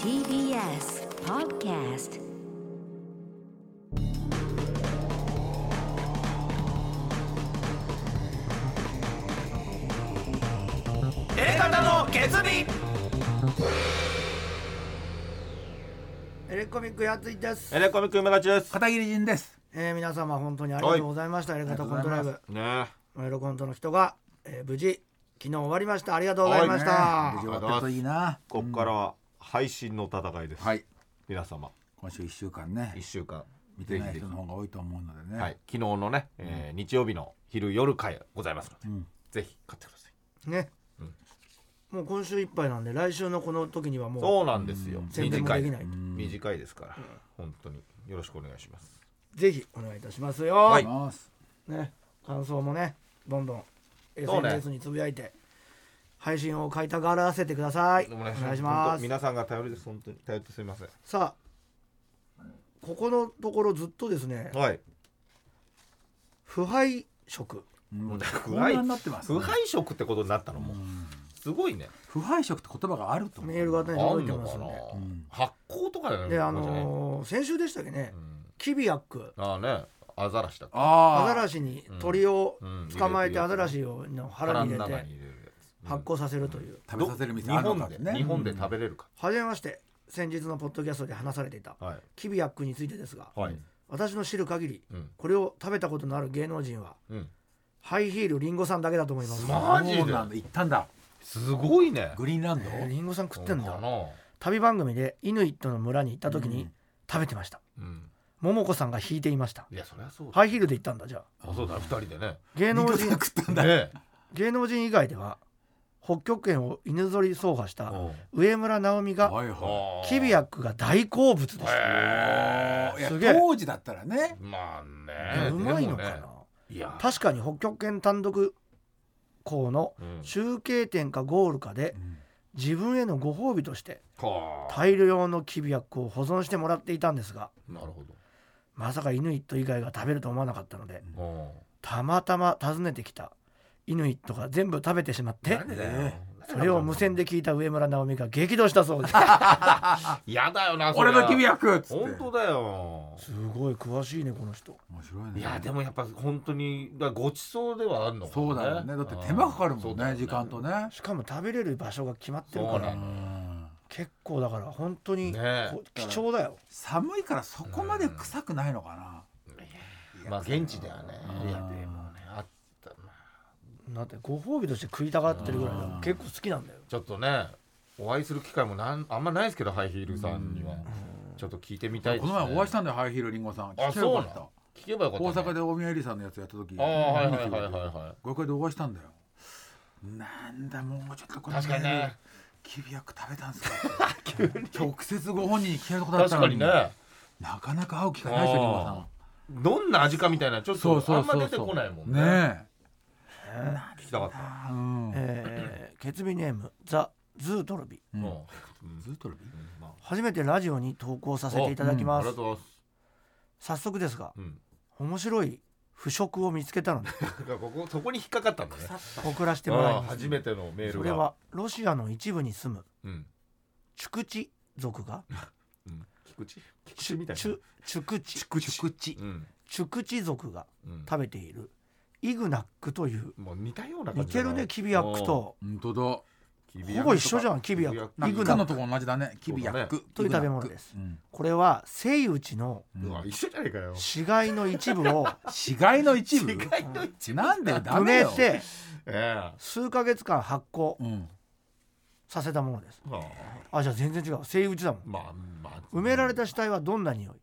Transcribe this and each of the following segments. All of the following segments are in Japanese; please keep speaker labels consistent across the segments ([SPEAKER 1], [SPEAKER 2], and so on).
[SPEAKER 1] TBS Podcast
[SPEAKER 2] 方の決意
[SPEAKER 3] エレコミックやついです、
[SPEAKER 2] エレコミック梅勝ちです
[SPEAKER 4] 片桐仁です。
[SPEAKER 3] えー、皆様本当にありがとうございましたエレガタコントライブ
[SPEAKER 2] ね
[SPEAKER 3] エロコントの人が、えー、無事昨日終わりましたありがとうございました、
[SPEAKER 2] は
[SPEAKER 4] 無事終わってるといいな。
[SPEAKER 2] ここからは配信の戦いです、
[SPEAKER 4] はい。
[SPEAKER 2] 皆様
[SPEAKER 4] 今週一週間ね
[SPEAKER 2] 一、週間
[SPEAKER 4] 見て
[SPEAKER 2] ぜ
[SPEAKER 4] な
[SPEAKER 2] ひ
[SPEAKER 4] い
[SPEAKER 2] ぜ
[SPEAKER 4] 人の
[SPEAKER 2] ひ
[SPEAKER 4] 方が多いと思うのでね。
[SPEAKER 2] はい、昨日のね、えー日曜日の昼夜会ございますので、
[SPEAKER 4] ん
[SPEAKER 2] ぜひ買ってください
[SPEAKER 3] ね、
[SPEAKER 2] うん
[SPEAKER 3] もう今週いっぱいなんで来週のこの時にはも
[SPEAKER 2] そうなんですよ
[SPEAKER 3] う宣伝も
[SPEAKER 2] 短
[SPEAKER 3] でき
[SPEAKER 2] い
[SPEAKER 3] ない
[SPEAKER 2] 短いですから本当によろしくお願いします
[SPEAKER 3] ぜひお願いいたしますよ、
[SPEAKER 2] は
[SPEAKER 4] お願いします。
[SPEAKER 3] ね、感想もねどんどん
[SPEAKER 2] そうね
[SPEAKER 3] SNS につぶやいて、配信を買いたがらせてくださいお願いし
[SPEAKER 2] 本
[SPEAKER 3] ま
[SPEAKER 2] 当
[SPEAKER 3] す
[SPEAKER 2] 皆さんが頼りです本当に頼ってすみません
[SPEAKER 3] さあここのところずっとですね
[SPEAKER 2] はい
[SPEAKER 3] 腐敗食
[SPEAKER 4] もう
[SPEAKER 2] 腐
[SPEAKER 4] 不
[SPEAKER 2] 敗
[SPEAKER 4] になってます、
[SPEAKER 2] 腐
[SPEAKER 4] ね。
[SPEAKER 2] 敗食ってことになったのもうすごいね
[SPEAKER 4] 腐敗色って言葉があると思う。
[SPEAKER 3] メールが
[SPEAKER 2] あ
[SPEAKER 3] ね
[SPEAKER 2] ん
[SPEAKER 3] 届いて
[SPEAKER 2] の
[SPEAKER 3] ます
[SPEAKER 2] か
[SPEAKER 3] ん
[SPEAKER 2] な
[SPEAKER 3] で
[SPEAKER 4] ん
[SPEAKER 2] 発酵とかだよね
[SPEAKER 3] であ
[SPEAKER 2] ここじゃない
[SPEAKER 3] のー先週でしたっけね、
[SPEAKER 2] うん
[SPEAKER 3] キビアック
[SPEAKER 2] ああねアザラシだっけ
[SPEAKER 4] あ
[SPEAKER 3] ア
[SPEAKER 4] あ。
[SPEAKER 3] ザラシに鳥を
[SPEAKER 2] うん
[SPEAKER 3] 捕まえて
[SPEAKER 2] うん
[SPEAKER 3] アザラシをの腹に入れ
[SPEAKER 2] 腹の中に入
[SPEAKER 3] て
[SPEAKER 2] れるやつ
[SPEAKER 3] 発酵させるという、
[SPEAKER 4] 食べさせる店
[SPEAKER 2] ど
[SPEAKER 4] あるのか
[SPEAKER 2] 日本で
[SPEAKER 4] ね。
[SPEAKER 2] 日本で食べれるか、
[SPEAKER 3] はじめまして先日のポッドキャストで話されていた
[SPEAKER 2] はい
[SPEAKER 3] キビアックについてですが、
[SPEAKER 2] はい
[SPEAKER 3] 私の知る限り、
[SPEAKER 2] うん
[SPEAKER 3] これを食べたことのある芸能人は
[SPEAKER 2] うん
[SPEAKER 3] ハイヒールリンゴさんだけだと思います
[SPEAKER 2] ま
[SPEAKER 4] マ
[SPEAKER 2] マジ
[SPEAKER 4] ジ
[SPEAKER 2] で
[SPEAKER 4] で。そうなんだ。行ったんだ。
[SPEAKER 2] すごいね
[SPEAKER 4] グリーンランド。
[SPEAKER 3] えーリンゴさん食ってん
[SPEAKER 2] か
[SPEAKER 3] だ
[SPEAKER 2] な
[SPEAKER 3] 旅番組でイヌイットの村に行った時
[SPEAKER 4] う
[SPEAKER 3] に
[SPEAKER 4] ん
[SPEAKER 3] 食べてました
[SPEAKER 2] うん
[SPEAKER 3] 桃子さんが引いていました
[SPEAKER 2] いやそりゃそうだ、
[SPEAKER 3] ハイヒールで行ったんだじゃあ
[SPEAKER 2] あそうだ二人でね
[SPEAKER 3] 芸能
[SPEAKER 4] 肉
[SPEAKER 3] 人
[SPEAKER 4] 食ったんだ。
[SPEAKER 2] ね
[SPEAKER 3] 芸能人以外では北極圏を犬ぞり走破した上村直美が
[SPEAKER 4] はいは
[SPEAKER 2] あ
[SPEAKER 3] キビアックが大好物でし
[SPEAKER 2] へ
[SPEAKER 4] い。いや
[SPEAKER 3] すげえ
[SPEAKER 4] 当時だったらね。
[SPEAKER 2] ーまあ
[SPEAKER 3] た、
[SPEAKER 2] ね
[SPEAKER 3] うまいのかな、
[SPEAKER 2] でもねいや
[SPEAKER 3] 確かに北極圏単独校の
[SPEAKER 2] うん
[SPEAKER 3] 中継点かゴールかで
[SPEAKER 4] うん
[SPEAKER 3] 自分へのご褒美として
[SPEAKER 2] か
[SPEAKER 3] 大量のキビアックを保存してもらっていたんですが
[SPEAKER 2] なるほど
[SPEAKER 3] まさかイヌイット以外が食べると思わなかったので
[SPEAKER 2] うん
[SPEAKER 3] たまたま訪ねてきたイヌイットが全部食べてしまって
[SPEAKER 2] なんでだよ
[SPEAKER 4] ね
[SPEAKER 3] それを無線で聞いた上村直美が激怒したそうです
[SPEAKER 2] やだよなそれ
[SPEAKER 4] 俺の君役っつって。
[SPEAKER 2] 本当だよ
[SPEAKER 3] すごい詳しいねこの人
[SPEAKER 4] 面白いね。
[SPEAKER 2] いやでもやっぱ本当にだからごちそうではあるのかも
[SPEAKER 4] そうだよね。だって手間かかる
[SPEAKER 2] そ
[SPEAKER 4] も
[SPEAKER 2] うんだよ
[SPEAKER 4] ね。時間とね。
[SPEAKER 3] しかも食べれる場所が決まってる
[SPEAKER 2] そ
[SPEAKER 3] か
[SPEAKER 2] うな
[SPEAKER 3] ら
[SPEAKER 2] んだ
[SPEAKER 4] うん
[SPEAKER 3] 結構だから本当に
[SPEAKER 2] ね
[SPEAKER 3] こ貴重だよ
[SPEAKER 4] 寒いからそこまで臭くないのかな。
[SPEAKER 2] まあ現地ではね
[SPEAKER 4] うん
[SPEAKER 2] いやでもねあったな
[SPEAKER 3] だってご褒美として食いたがってるぐらいだから
[SPEAKER 4] うん
[SPEAKER 3] 結構好きなんだよ
[SPEAKER 2] ちょっとねお会いする機会もなんあんまないですけどハイヒールさんにはちょっと聞いてみたいです
[SPEAKER 4] こ
[SPEAKER 2] ね
[SPEAKER 4] の前お会いしたんだよ、ハイヒールリンゴさん。
[SPEAKER 2] あ
[SPEAKER 4] 聞けばよかっ
[SPEAKER 2] そうなの
[SPEAKER 4] た。
[SPEAKER 2] 聞けばよかったね
[SPEAKER 4] 大阪で大宮エリさんのやつやった時
[SPEAKER 2] ああはいはいはいはい
[SPEAKER 4] 見に来てくれて
[SPEAKER 2] は
[SPEAKER 4] 5階でお会いしたんだよなんだもうちょっとこ
[SPEAKER 2] い
[SPEAKER 4] れ
[SPEAKER 2] 確かにね
[SPEAKER 4] キビアック食べた んですか直接ご本人に聞けることだっ
[SPEAKER 2] 確
[SPEAKER 4] たの
[SPEAKER 2] か
[SPEAKER 4] に
[SPEAKER 2] にね
[SPEAKER 4] なかなか会う機会ないでしょリンゴさん
[SPEAKER 2] どんな味かみたいなちょっ
[SPEAKER 4] そう
[SPEAKER 2] と
[SPEAKER 4] そ
[SPEAKER 2] あ
[SPEAKER 4] うん
[SPEAKER 2] ま
[SPEAKER 4] そう
[SPEAKER 2] 出て
[SPEAKER 4] そう
[SPEAKER 2] こないもんね
[SPEAKER 4] ね
[SPEAKER 2] 聞きたかった
[SPEAKER 4] えうん
[SPEAKER 3] えー、ケツビネームザ・ズートルビ
[SPEAKER 4] うん
[SPEAKER 2] も
[SPEAKER 4] ずっとルビ
[SPEAKER 2] うんまあ
[SPEAKER 3] 初めてラジオに投稿させていただき
[SPEAKER 2] あ
[SPEAKER 3] ま
[SPEAKER 2] り
[SPEAKER 3] す、
[SPEAKER 2] がとうございます
[SPEAKER 3] 早速ですが
[SPEAKER 2] うん
[SPEAKER 3] 面白い腐食を見つけたので
[SPEAKER 2] だからここそこに引っかかったんだね
[SPEAKER 3] 送らせてもらい
[SPEAKER 2] ああ
[SPEAKER 3] ます
[SPEAKER 2] 初めてのメール
[SPEAKER 3] そ
[SPEAKER 2] が
[SPEAKER 3] れはロシアの一部に住む
[SPEAKER 2] うん
[SPEAKER 3] チュクチ 族が
[SPEAKER 2] うん菊池菊池みたいな
[SPEAKER 3] チュチュクチ
[SPEAKER 4] クチクチ
[SPEAKER 2] うん
[SPEAKER 3] チュクチ族が
[SPEAKER 2] うん
[SPEAKER 3] 食べているイグナックという
[SPEAKER 2] もう似たような感
[SPEAKER 3] 似
[SPEAKER 2] じだ
[SPEAKER 3] て
[SPEAKER 2] な
[SPEAKER 3] るねキビアックと
[SPEAKER 4] 本当だ
[SPEAKER 2] うん
[SPEAKER 3] ほぼ一緒じゃんキビアック
[SPEAKER 4] なん
[SPEAKER 3] イ
[SPEAKER 4] か
[SPEAKER 3] グ
[SPEAKER 4] イカ
[SPEAKER 3] ナッ
[SPEAKER 4] の
[SPEAKER 3] ク
[SPEAKER 4] とこ同じだねキビアック
[SPEAKER 3] という食べ物ですこれはセイウチの
[SPEAKER 2] うわ一緒じゃないかよ
[SPEAKER 3] 死骸の一部 を
[SPEAKER 4] 死骸の一部
[SPEAKER 2] 世界の一
[SPEAKER 4] なんで
[SPEAKER 3] 埋
[SPEAKER 4] ダメ
[SPEAKER 3] め
[SPEAKER 4] よ
[SPEAKER 3] て
[SPEAKER 2] え
[SPEAKER 3] 数ヶ月間発酵
[SPEAKER 4] うん
[SPEAKER 3] させたものです
[SPEAKER 2] えまあ
[SPEAKER 3] あじゃあ全然違うセイウチだもん
[SPEAKER 2] まあまあ
[SPEAKER 3] 埋められ
[SPEAKER 2] た
[SPEAKER 3] た死体はどんな匂い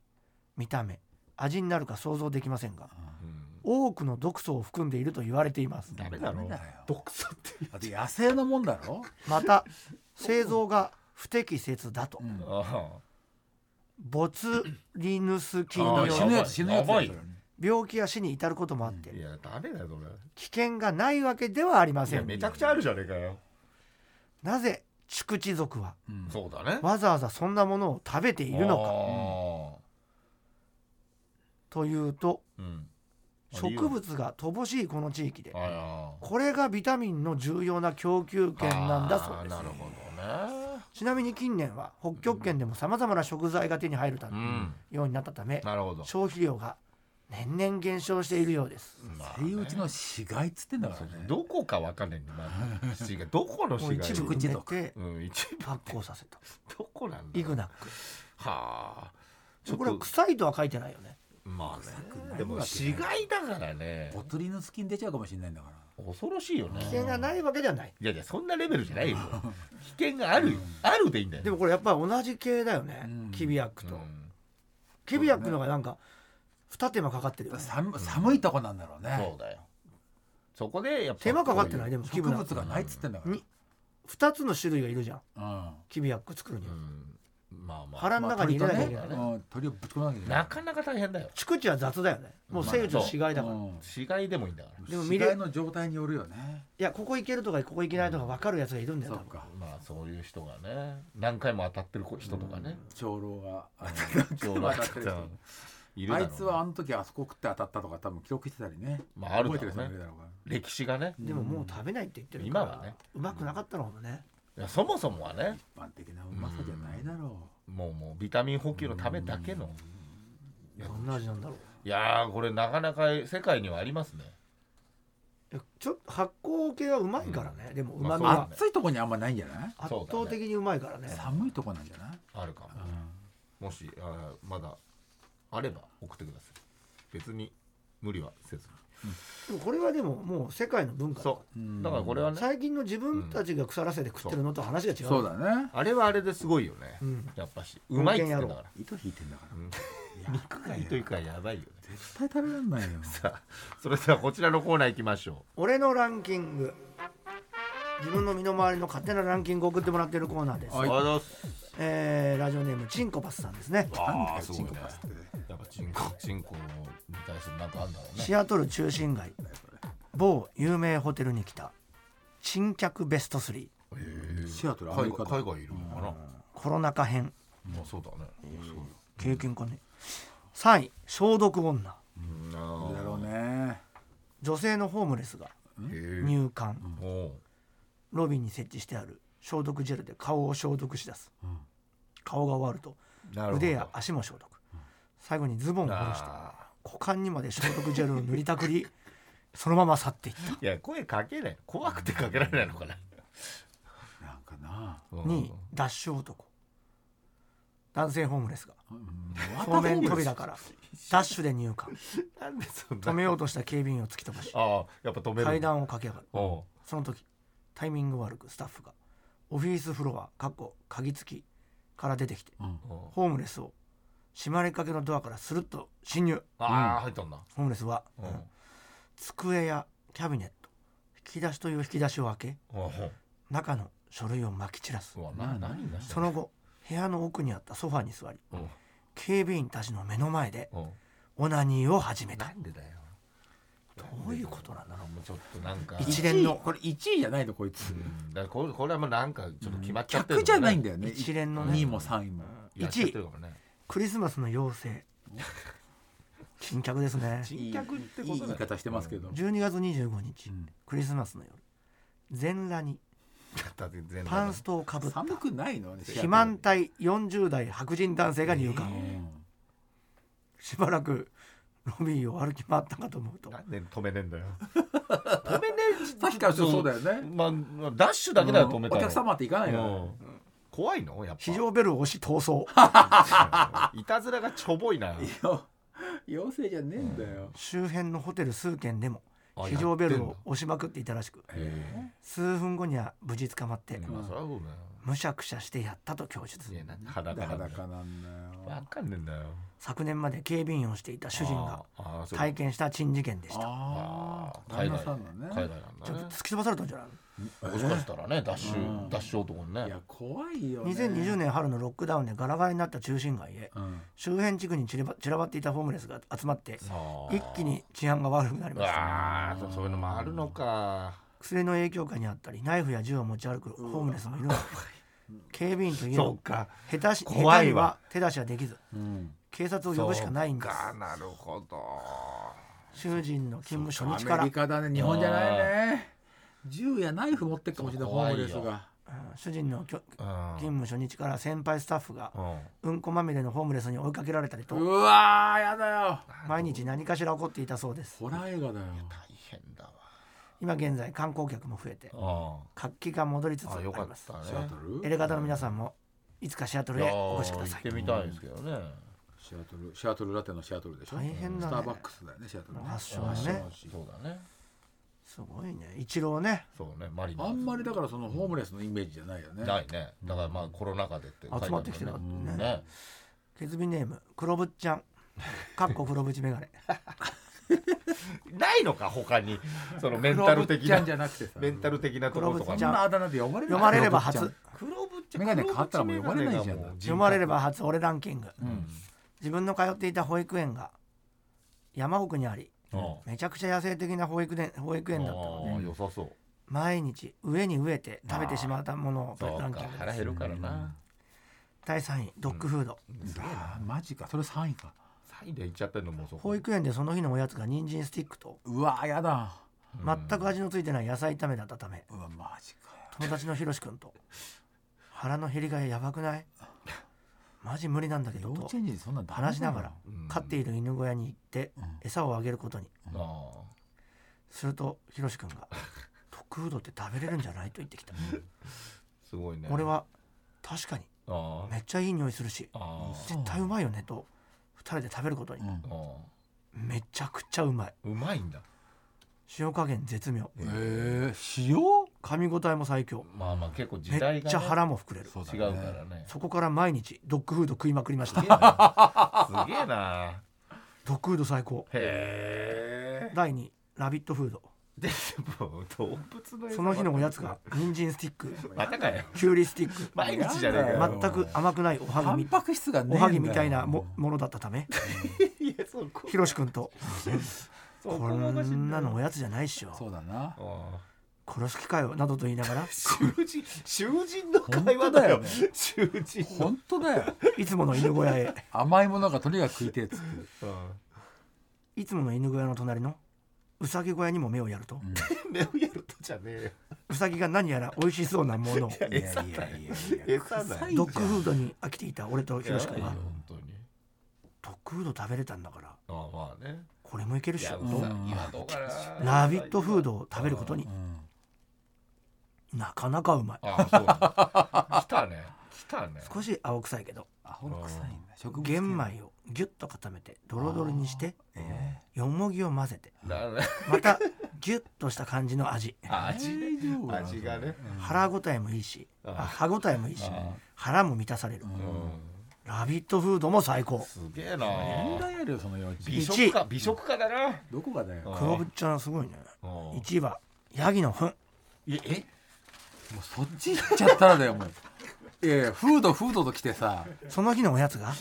[SPEAKER 3] 見た目味になるか想像できませんが
[SPEAKER 2] うん
[SPEAKER 3] 多くの毒素を含んでいると言われています
[SPEAKER 2] ダメだ
[SPEAKER 4] ダ
[SPEAKER 2] ろ
[SPEAKER 4] メだよ
[SPEAKER 2] 毒素って
[SPEAKER 4] だって野生のもんだろ
[SPEAKER 3] また製造が不適切だと
[SPEAKER 4] うん
[SPEAKER 2] あ
[SPEAKER 3] ボツリヌス菌
[SPEAKER 2] あー
[SPEAKER 3] のよ
[SPEAKER 4] 死
[SPEAKER 3] う
[SPEAKER 4] ぬ
[SPEAKER 3] な
[SPEAKER 4] やつ死ぬやつだよ
[SPEAKER 2] やばいよ
[SPEAKER 3] 病気や死に至ることもあって
[SPEAKER 2] あいやダメだよそれ
[SPEAKER 3] 危険がないわけではありま
[SPEAKER 2] い
[SPEAKER 3] せ
[SPEAKER 2] や
[SPEAKER 3] ん
[SPEAKER 2] めちゃくちゃあるじゃねえかよ
[SPEAKER 3] なぜ畜地族は
[SPEAKER 4] うん
[SPEAKER 2] そうだね
[SPEAKER 3] わざわざそんなものを食べているのか
[SPEAKER 2] の
[SPEAKER 3] というと
[SPEAKER 2] かうん
[SPEAKER 3] 植物が乏しいこの地域で
[SPEAKER 2] ああ
[SPEAKER 3] これがビタミンの重要な供
[SPEAKER 2] あ
[SPEAKER 3] 給源なんだそう
[SPEAKER 2] あ
[SPEAKER 3] で
[SPEAKER 2] ーな
[SPEAKER 3] す
[SPEAKER 2] るほどね
[SPEAKER 3] ちなみに近年は北極圏でもさまざまな食材が手に入るた
[SPEAKER 2] う
[SPEAKER 3] め
[SPEAKER 2] ん
[SPEAKER 3] ようになったため、
[SPEAKER 2] なるほど
[SPEAKER 3] 消費量が年々減少しているようです。
[SPEAKER 2] まあ
[SPEAKER 4] セイウチの死骸っつってんだからね
[SPEAKER 2] どこかわかんないんだよまだ市がどこの
[SPEAKER 3] もう
[SPEAKER 2] 市が
[SPEAKER 3] 一部
[SPEAKER 4] 口
[SPEAKER 3] 埋
[SPEAKER 4] と
[SPEAKER 3] めて
[SPEAKER 2] うん一部
[SPEAKER 3] 発酵させた。
[SPEAKER 2] どこなんだ
[SPEAKER 3] イ
[SPEAKER 2] よ
[SPEAKER 3] グナッ
[SPEAKER 2] はあちょっ
[SPEAKER 3] ク。これは
[SPEAKER 2] と
[SPEAKER 3] 臭いとは書いてないよね。
[SPEAKER 2] まあねでも死骸だからね
[SPEAKER 4] ボトリの隙に出ちゃうかもしれないんだから
[SPEAKER 2] 恐ろしいよね
[SPEAKER 3] 危険がないわけではない。
[SPEAKER 2] いやいやそんなレベルじゃないよ危険があるあるでいいんだよ
[SPEAKER 3] でもこれやっぱり同じ系だよね
[SPEAKER 4] うん。
[SPEAKER 3] キビアックと
[SPEAKER 2] う。ん
[SPEAKER 3] キビアックのがなんか二手間かかってるよね。
[SPEAKER 4] 寒寒いとこなんだろう
[SPEAKER 2] そ
[SPEAKER 4] ね
[SPEAKER 2] うだよそこでやっぱ
[SPEAKER 3] 手間かかってないでもキ
[SPEAKER 4] 植
[SPEAKER 3] ビアッ
[SPEAKER 4] 物
[SPEAKER 3] ク。
[SPEAKER 4] がないっつってんだから
[SPEAKER 3] に二つの種類がいるじゃん。
[SPEAKER 4] うん
[SPEAKER 3] キビアック作るに
[SPEAKER 2] う
[SPEAKER 3] は。
[SPEAKER 2] んまあまあ
[SPEAKER 3] 腹の中に入れなきゃいけ
[SPEAKER 4] ま
[SPEAKER 3] な
[SPEAKER 4] あ
[SPEAKER 3] いね。
[SPEAKER 4] 鳥とねうん鳥をぶち込まなきゃいけない
[SPEAKER 2] なかなか大変だよ
[SPEAKER 3] チクチは雑だよね。もう生物の死骸だから。い
[SPEAKER 4] うん
[SPEAKER 2] 死骸でもいいんだから
[SPEAKER 3] でも
[SPEAKER 4] 死
[SPEAKER 3] 見れ
[SPEAKER 4] 骸の状態によるよね
[SPEAKER 3] やここ行けるとかここ行けないとか分かるやつがいるんだよ。
[SPEAKER 4] そ
[SPEAKER 3] 多
[SPEAKER 4] う
[SPEAKER 3] 分
[SPEAKER 4] か
[SPEAKER 2] まあそういう人がね何回も当たってる人とかね
[SPEAKER 4] 長老が
[SPEAKER 2] 長老だったらいるだ
[SPEAKER 4] あ
[SPEAKER 2] ろう
[SPEAKER 4] い
[SPEAKER 2] ね
[SPEAKER 4] つはあの時あそこ食って当たったとか多分記録してたりね
[SPEAKER 2] まああるだ
[SPEAKER 4] 覚
[SPEAKER 2] ろ
[SPEAKER 4] え
[SPEAKER 2] うね
[SPEAKER 4] てる人もいるだろうから
[SPEAKER 2] 歴史がね
[SPEAKER 3] でももう食べないって言ってる
[SPEAKER 2] 今はね
[SPEAKER 3] うまくなかったのかもね。
[SPEAKER 2] いやそもそもはね
[SPEAKER 4] 一般的なうまさじゃないだろ
[SPEAKER 2] もうもうビタミン補給のためだけの
[SPEAKER 3] どんな味なんだろう。
[SPEAKER 2] いやーこれなかなか世界にはありますね
[SPEAKER 3] いやちょっと発酵系はうまいからね、でもうまみ
[SPEAKER 4] う
[SPEAKER 2] まあ
[SPEAKER 3] が
[SPEAKER 2] そ
[SPEAKER 4] 暑いとこにあんまないんじゃない
[SPEAKER 3] 圧倒的にうまいからね,、
[SPEAKER 4] 寒いとこなんじゃない
[SPEAKER 2] あるかも、もしあーまだあれば送ってください別に無理はせず
[SPEAKER 3] でもこれはでももう世界の文化だ
[SPEAKER 2] そ
[SPEAKER 4] うん
[SPEAKER 2] うだからこれはね
[SPEAKER 3] 最近の自分たちが腐らせて食ってるのと話が違う,、
[SPEAKER 4] そうだね
[SPEAKER 2] あれはあれですごいよね、
[SPEAKER 3] うん
[SPEAKER 2] やっぱしうまいっつってんだから
[SPEAKER 4] 糸引いてんだから
[SPEAKER 2] 肉がいいというかやばいよね
[SPEAKER 4] 絶対食べられないよ
[SPEAKER 2] さあそれではこちらのコーナー行きましょ
[SPEAKER 3] 俺のランキング自分の身の回りの勝手なランキングを送ってもらってるコーナーです、
[SPEAKER 2] う、
[SPEAKER 4] はい
[SPEAKER 2] あの
[SPEAKER 3] えーラジオネームチンコパスさんですね
[SPEAKER 2] あーすごい
[SPEAKER 4] チン
[SPEAKER 2] ね
[SPEAKER 4] コパスって
[SPEAKER 2] やっぱチンコチンコに対するなんかあるんだろうね
[SPEAKER 3] シアトル中心街某有名ホテルに来た珍客ベスト3
[SPEAKER 4] シアトルアメ
[SPEAKER 2] 海
[SPEAKER 4] リカ
[SPEAKER 2] 外
[SPEAKER 4] だ
[SPEAKER 2] 海外いるのかな、
[SPEAKER 3] コロナ禍編
[SPEAKER 2] まあそうだね、
[SPEAKER 3] 経験かね3位消毒女
[SPEAKER 2] うん、
[SPEAKER 4] そうだ
[SPEAKER 2] あ
[SPEAKER 4] ろうね
[SPEAKER 3] 女性のホームレスが
[SPEAKER 2] ーへえ
[SPEAKER 3] 入管、
[SPEAKER 2] おう
[SPEAKER 3] ロビーに設置してある消毒ジェルで顔を消毒しだす、顔が終わると
[SPEAKER 2] なるほど
[SPEAKER 3] 腕や足も消毒最後にズボンを下ろして
[SPEAKER 2] あ
[SPEAKER 3] 股間にまで消毒ジェルを塗りたくりそのまま去っていった
[SPEAKER 2] ーいや声かけない怖くてかけられないのかな、
[SPEAKER 4] なんかな
[SPEAKER 2] うん
[SPEAKER 3] に脱臭男男性ホームレスが
[SPEAKER 4] 正
[SPEAKER 3] 正面扉からダッシュで入館
[SPEAKER 2] なんでそん な
[SPEAKER 3] 止めようとした警備員を突き飛ばし
[SPEAKER 2] ああやっぱ止める
[SPEAKER 3] 階段を駆け上がる
[SPEAKER 2] おう
[SPEAKER 3] その時タイミング悪くスタッフがオフィスフロアかっこ鍵付きから出てきて
[SPEAKER 2] おう
[SPEAKER 3] ホームレスを閉まりかけのドアからスルッと侵入
[SPEAKER 2] ああ、入ったんだ
[SPEAKER 3] ホームレスは、
[SPEAKER 2] うん
[SPEAKER 3] 机やキャビネット引き出しという引き出しを開け
[SPEAKER 2] おう
[SPEAKER 3] 中の書類をまき散らす
[SPEAKER 2] うわな何がした
[SPEAKER 3] その後部屋の奥にあったソファに座り
[SPEAKER 2] おう
[SPEAKER 3] 警備員たちの目の前で
[SPEAKER 2] おう
[SPEAKER 3] オナニーを始め
[SPEAKER 2] な
[SPEAKER 3] た
[SPEAKER 2] んでだよ
[SPEAKER 3] どういうことなんだろ
[SPEAKER 2] もうちょっとなんか
[SPEAKER 3] 一連の
[SPEAKER 4] これ一位じゃないのこいつ
[SPEAKER 2] うんだからこれこれはもうなんかちょっと決まっちゃってる
[SPEAKER 4] 客じゃないん
[SPEAKER 2] だ
[SPEAKER 4] だよね
[SPEAKER 3] 一連のね
[SPEAKER 4] 2位も3位も
[SPEAKER 2] 1位かもね
[SPEAKER 3] うクリスマスの妖精珍客ですね
[SPEAKER 2] 人客ってこと
[SPEAKER 4] いい
[SPEAKER 2] だ
[SPEAKER 4] 言い方してますけど
[SPEAKER 3] 12月25日、
[SPEAKER 4] うん
[SPEAKER 3] クリスマスの夜全裸に
[SPEAKER 2] だって全然
[SPEAKER 3] パンストをかぶった
[SPEAKER 4] 寒くないの
[SPEAKER 3] 肥満体40代白人男性が入館、しばらくロビーを歩き回ったかと思うと
[SPEAKER 2] なんで止めねえんだよ
[SPEAKER 4] 止めねさっきからそうだよね
[SPEAKER 2] まあまあダッシュだけなら止めた
[SPEAKER 4] お
[SPEAKER 2] よ
[SPEAKER 4] 客様って行かない
[SPEAKER 2] うん
[SPEAKER 4] よ
[SPEAKER 2] 怖いのやっぱ
[SPEAKER 3] 非常ベルを押し逃走
[SPEAKER 2] いたずらがちょぼい な
[SPEAKER 4] 妖精じゃねえんだよ
[SPEAKER 3] 周辺のホテル数軒でも
[SPEAKER 2] あ
[SPEAKER 3] 非常ベルを押しまくっていたらしく
[SPEAKER 2] え
[SPEAKER 3] 数分後には無事捕まって、
[SPEAKER 2] まあそりゃそうだよ
[SPEAKER 3] むしゃくしゃしてやったと供述
[SPEAKER 2] いやなんで裸なんだよ
[SPEAKER 4] 裸なんだよ
[SPEAKER 2] わかんねえんだよ
[SPEAKER 3] 昨年まで警備員をしていた主人が
[SPEAKER 2] あーあーそう
[SPEAKER 3] 体験した珍事件でした
[SPEAKER 4] あ
[SPEAKER 2] あ
[SPEAKER 4] あ
[SPEAKER 2] ー海
[SPEAKER 4] 旦那
[SPEAKER 2] 外
[SPEAKER 4] さん
[SPEAKER 2] 海
[SPEAKER 4] の
[SPEAKER 2] 外
[SPEAKER 4] ね
[SPEAKER 2] な
[SPEAKER 3] ちょ
[SPEAKER 2] ん
[SPEAKER 3] っ
[SPEAKER 2] だね
[SPEAKER 3] と突き飛ばされたんじゃないの
[SPEAKER 2] もしかしたらねダッシュ
[SPEAKER 4] うん
[SPEAKER 2] ダッシュ男にね
[SPEAKER 4] いや怖いよね
[SPEAKER 3] 2020年春のロックダウンでガラガラになった中心街へ
[SPEAKER 4] うん
[SPEAKER 3] 周辺地区に散れば散らばっていたホームレスが集まって
[SPEAKER 2] あー
[SPEAKER 3] 一気に治安が悪くなりました
[SPEAKER 2] ああそういうのもあるのか
[SPEAKER 3] 薬の影響下にあったりナイフや銃を持ち歩くホームレスもいるので警備員といえ
[SPEAKER 2] そ
[SPEAKER 3] ど
[SPEAKER 2] うか
[SPEAKER 3] 下手し
[SPEAKER 2] 怖
[SPEAKER 3] 下手
[SPEAKER 2] い
[SPEAKER 3] に
[SPEAKER 2] わ
[SPEAKER 3] は手出しはできず
[SPEAKER 4] うん
[SPEAKER 3] 警察を呼ぶしかないんです
[SPEAKER 2] そうかなるほど
[SPEAKER 3] 囚人の勤務初日か
[SPEAKER 4] アメ
[SPEAKER 3] ら
[SPEAKER 4] リカだね日本じゃないね銃やナイフ持ってくかもしれないホ
[SPEAKER 2] 怖い
[SPEAKER 4] ー
[SPEAKER 2] よ
[SPEAKER 4] ムレスが
[SPEAKER 3] 主人のきょ
[SPEAKER 2] うん
[SPEAKER 3] 勤務初日から先輩スタッフが
[SPEAKER 2] うん
[SPEAKER 3] うんこまみれのホームレスに追いかけられたり
[SPEAKER 4] う
[SPEAKER 3] と
[SPEAKER 4] わーやだよ
[SPEAKER 3] 毎日何かしら起こっていたそうです
[SPEAKER 4] ホラー映画だよ
[SPEAKER 2] 大変だ
[SPEAKER 3] 今現在観光客も増えて
[SPEAKER 2] わ
[SPEAKER 3] 活気が戻りつつ
[SPEAKER 2] あ
[SPEAKER 3] あ
[SPEAKER 2] あ
[SPEAKER 3] り
[SPEAKER 2] よかっ
[SPEAKER 3] ます
[SPEAKER 2] たね
[SPEAKER 4] シアト
[SPEAKER 3] エ
[SPEAKER 4] ル
[SPEAKER 3] レガタの皆さんもいつかシアトル
[SPEAKER 2] い
[SPEAKER 3] へ
[SPEAKER 2] や
[SPEAKER 3] お
[SPEAKER 2] ー
[SPEAKER 3] 越しください
[SPEAKER 2] 行ってみたいですけどね
[SPEAKER 4] シアトルシアトルラテのシアトルでしょ
[SPEAKER 3] 大変だ
[SPEAKER 4] ス
[SPEAKER 3] ね
[SPEAKER 4] ターバックスだよねシアトルね
[SPEAKER 3] 発祥
[SPEAKER 2] あ
[SPEAKER 3] の
[SPEAKER 2] ー
[SPEAKER 3] ね
[SPEAKER 2] そうだね
[SPEAKER 3] すごいね一郎ね
[SPEAKER 2] そうねマリナーズ
[SPEAKER 4] あんまりだからそのホームレスのイメージじゃないよね
[SPEAKER 2] ないねだからまあコロナ禍でって
[SPEAKER 3] 集まってきて
[SPEAKER 2] る
[SPEAKER 3] る
[SPEAKER 2] ね
[SPEAKER 3] ね
[SPEAKER 2] ね
[SPEAKER 3] ケズビネーム黒ぶっ ちゃんかっこ黒ぶちメガネ
[SPEAKER 2] ないのか他 にそのメン
[SPEAKER 4] 黒
[SPEAKER 2] タ
[SPEAKER 4] ぶ
[SPEAKER 2] ル
[SPEAKER 4] っ
[SPEAKER 2] 的
[SPEAKER 4] ちゃ
[SPEAKER 2] なん
[SPEAKER 4] じゃなくてさ
[SPEAKER 2] メンタル的なところとか
[SPEAKER 3] 黒ぶっちゃん
[SPEAKER 4] こんなあだ名で呼ばれる
[SPEAKER 3] 読まれれば初
[SPEAKER 2] 黒ぶっち
[SPEAKER 4] メガネ変わったらもう呼ばれないじゃん
[SPEAKER 2] 黒ぶっちメガネがもう人格
[SPEAKER 3] 読まれれば初俺ランキング
[SPEAKER 4] うん
[SPEAKER 3] 自分の通っていた保育園が山奥にあり
[SPEAKER 2] うん
[SPEAKER 3] めちゃくちゃ野生的な保育園保育園だったの
[SPEAKER 2] あ
[SPEAKER 3] で
[SPEAKER 2] ー良さそう
[SPEAKER 3] 毎日上に植えて食べてしまったもの
[SPEAKER 2] そ
[SPEAKER 3] をラ
[SPEAKER 2] う
[SPEAKER 3] ンキ
[SPEAKER 2] か
[SPEAKER 3] ング
[SPEAKER 2] 腹減るからな
[SPEAKER 3] 第3位ドッグフード、
[SPEAKER 4] あーマジかそれ3位か
[SPEAKER 2] サイで行っちゃってんのもうそこ
[SPEAKER 3] 保育園でその日のおやつが人参スティックと
[SPEAKER 4] うわーやだ
[SPEAKER 3] 全く味のついてない野菜炒めだったため
[SPEAKER 4] うわマジかよ
[SPEAKER 3] 友達のひろし君と腹の減りがやばくないマジ無理なんだけど
[SPEAKER 4] 幼
[SPEAKER 3] と
[SPEAKER 4] 稚園児にそんなのダメだよ
[SPEAKER 3] 話しながら
[SPEAKER 2] うん
[SPEAKER 3] 飼っている犬小屋に行って餌をあげることに
[SPEAKER 2] あ
[SPEAKER 3] するとひろし君が「ドッグフードって食べれるんじゃない?」と言ってきた
[SPEAKER 2] ーすごいね
[SPEAKER 3] 俺は「確かに
[SPEAKER 2] あー
[SPEAKER 3] めっちゃいい匂いするし
[SPEAKER 2] あー
[SPEAKER 3] 絶対うまいよね」と2人で食べることに
[SPEAKER 4] うん
[SPEAKER 2] あ
[SPEAKER 3] めちゃくちゃうまい
[SPEAKER 2] ーうまいんだ
[SPEAKER 3] 塩加減絶妙
[SPEAKER 4] えー塩
[SPEAKER 3] 噛み応えも最強
[SPEAKER 2] まあまあ結構時
[SPEAKER 3] め
[SPEAKER 2] 代がね
[SPEAKER 3] っちゃ腹も膨れる
[SPEAKER 4] そうだ
[SPEAKER 2] 違
[SPEAKER 4] ね
[SPEAKER 2] うからね
[SPEAKER 3] そこから毎日ドッグフード食いまくりまし
[SPEAKER 2] す
[SPEAKER 3] た
[SPEAKER 2] げえなすげえな
[SPEAKER 3] ドッグフード最高
[SPEAKER 2] へえ
[SPEAKER 3] 第2位ラビットフード
[SPEAKER 2] でも動物の餌
[SPEAKER 3] その日のおやつが人参スティック
[SPEAKER 2] またかよ
[SPEAKER 3] きゅうりスティック
[SPEAKER 2] 毎日じゃねえかよ
[SPEAKER 4] ま
[SPEAKER 3] 全く甘くないおは
[SPEAKER 4] タ
[SPEAKER 3] ぎ
[SPEAKER 4] ン
[SPEAKER 3] み
[SPEAKER 4] パク質がねえ
[SPEAKER 3] お
[SPEAKER 4] んだよ
[SPEAKER 3] はぎみたいなもものだったため
[SPEAKER 2] いやそこ
[SPEAKER 3] ひろし君と
[SPEAKER 2] そ
[SPEAKER 3] こんなのおやつじゃないっし
[SPEAKER 4] そ
[SPEAKER 3] ょ
[SPEAKER 4] うだ な
[SPEAKER 2] ああ
[SPEAKER 3] 殺す気かよなどと言いながら
[SPEAKER 2] 囚人囚人の会話だよ
[SPEAKER 4] 本当
[SPEAKER 2] 囚人の
[SPEAKER 4] 本当だよ
[SPEAKER 3] いつもの犬小屋へ
[SPEAKER 4] 甘いものがとにかく食いてえっつって
[SPEAKER 3] いつもの犬小屋の隣のうさぎ小屋にも目をやると
[SPEAKER 2] うん目をやるとじゃねえよ
[SPEAKER 3] うさぎが何やら美味しそうなものを
[SPEAKER 4] いやいやいやいや
[SPEAKER 2] 餌だよ
[SPEAKER 4] 臭いじゃ
[SPEAKER 3] ドッ
[SPEAKER 4] ん
[SPEAKER 3] グフードに飽きていた俺とひろし君
[SPEAKER 2] やば
[SPEAKER 3] はい
[SPEAKER 2] よ本当に
[SPEAKER 3] ドッグフード食べれたんだから
[SPEAKER 2] ああまあね
[SPEAKER 3] これもいけるっ
[SPEAKER 2] い
[SPEAKER 3] し
[SPEAKER 2] や
[SPEAKER 3] ょ
[SPEAKER 2] う
[SPEAKER 3] と
[SPEAKER 2] さぎはどうかな
[SPEAKER 3] ラビットフードを食べることに
[SPEAKER 4] うん
[SPEAKER 3] なかなかうまい
[SPEAKER 2] ああそうだ来たね来たね
[SPEAKER 3] 少し青臭いけど
[SPEAKER 4] アホの臭いんだ植物系
[SPEAKER 3] 玄米をギュッと固めてドロドロにして
[SPEAKER 4] え
[SPEAKER 3] よもぎを混ぜて
[SPEAKER 2] だね
[SPEAKER 3] また ギュッとした感じの味
[SPEAKER 2] 味ね
[SPEAKER 4] 大丈夫なの
[SPEAKER 2] 味がね
[SPEAKER 3] 腹ごたえもいいしあ
[SPEAKER 2] あ
[SPEAKER 3] 歯ごたえもいいし
[SPEAKER 2] あ
[SPEAKER 3] 腹も満たされる
[SPEAKER 2] うん
[SPEAKER 3] ラビットフードも最高
[SPEAKER 2] すげえ
[SPEAKER 4] え
[SPEAKER 2] な
[SPEAKER 4] 問題あるよその幼稚園
[SPEAKER 2] 美食家美食家だな
[SPEAKER 4] どこがだよ
[SPEAKER 3] 黒ぶっちゃんすごいね
[SPEAKER 2] うん
[SPEAKER 3] 1位はヤギの糞
[SPEAKER 4] ええもうそっち行っちゃったらだよもうい やいやフードフードと来てさ
[SPEAKER 3] その日のおやつが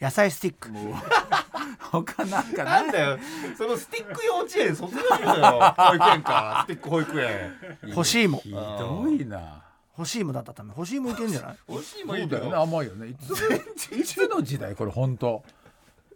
[SPEAKER 3] 野菜スティック
[SPEAKER 4] もう他なんか
[SPEAKER 2] な
[SPEAKER 4] なんい
[SPEAKER 2] だよそのスティック幼稚園卒業だよ保育園かスティック保育園
[SPEAKER 3] 欲しいも
[SPEAKER 4] ひどいな
[SPEAKER 3] 欲しいもだったため欲しいもいけんじゃない
[SPEAKER 2] 欲しい
[SPEAKER 4] そ
[SPEAKER 2] も
[SPEAKER 4] う
[SPEAKER 2] いいけ
[SPEAKER 4] だよ
[SPEAKER 2] ど
[SPEAKER 4] ね甘いよねいついつの時代これ本当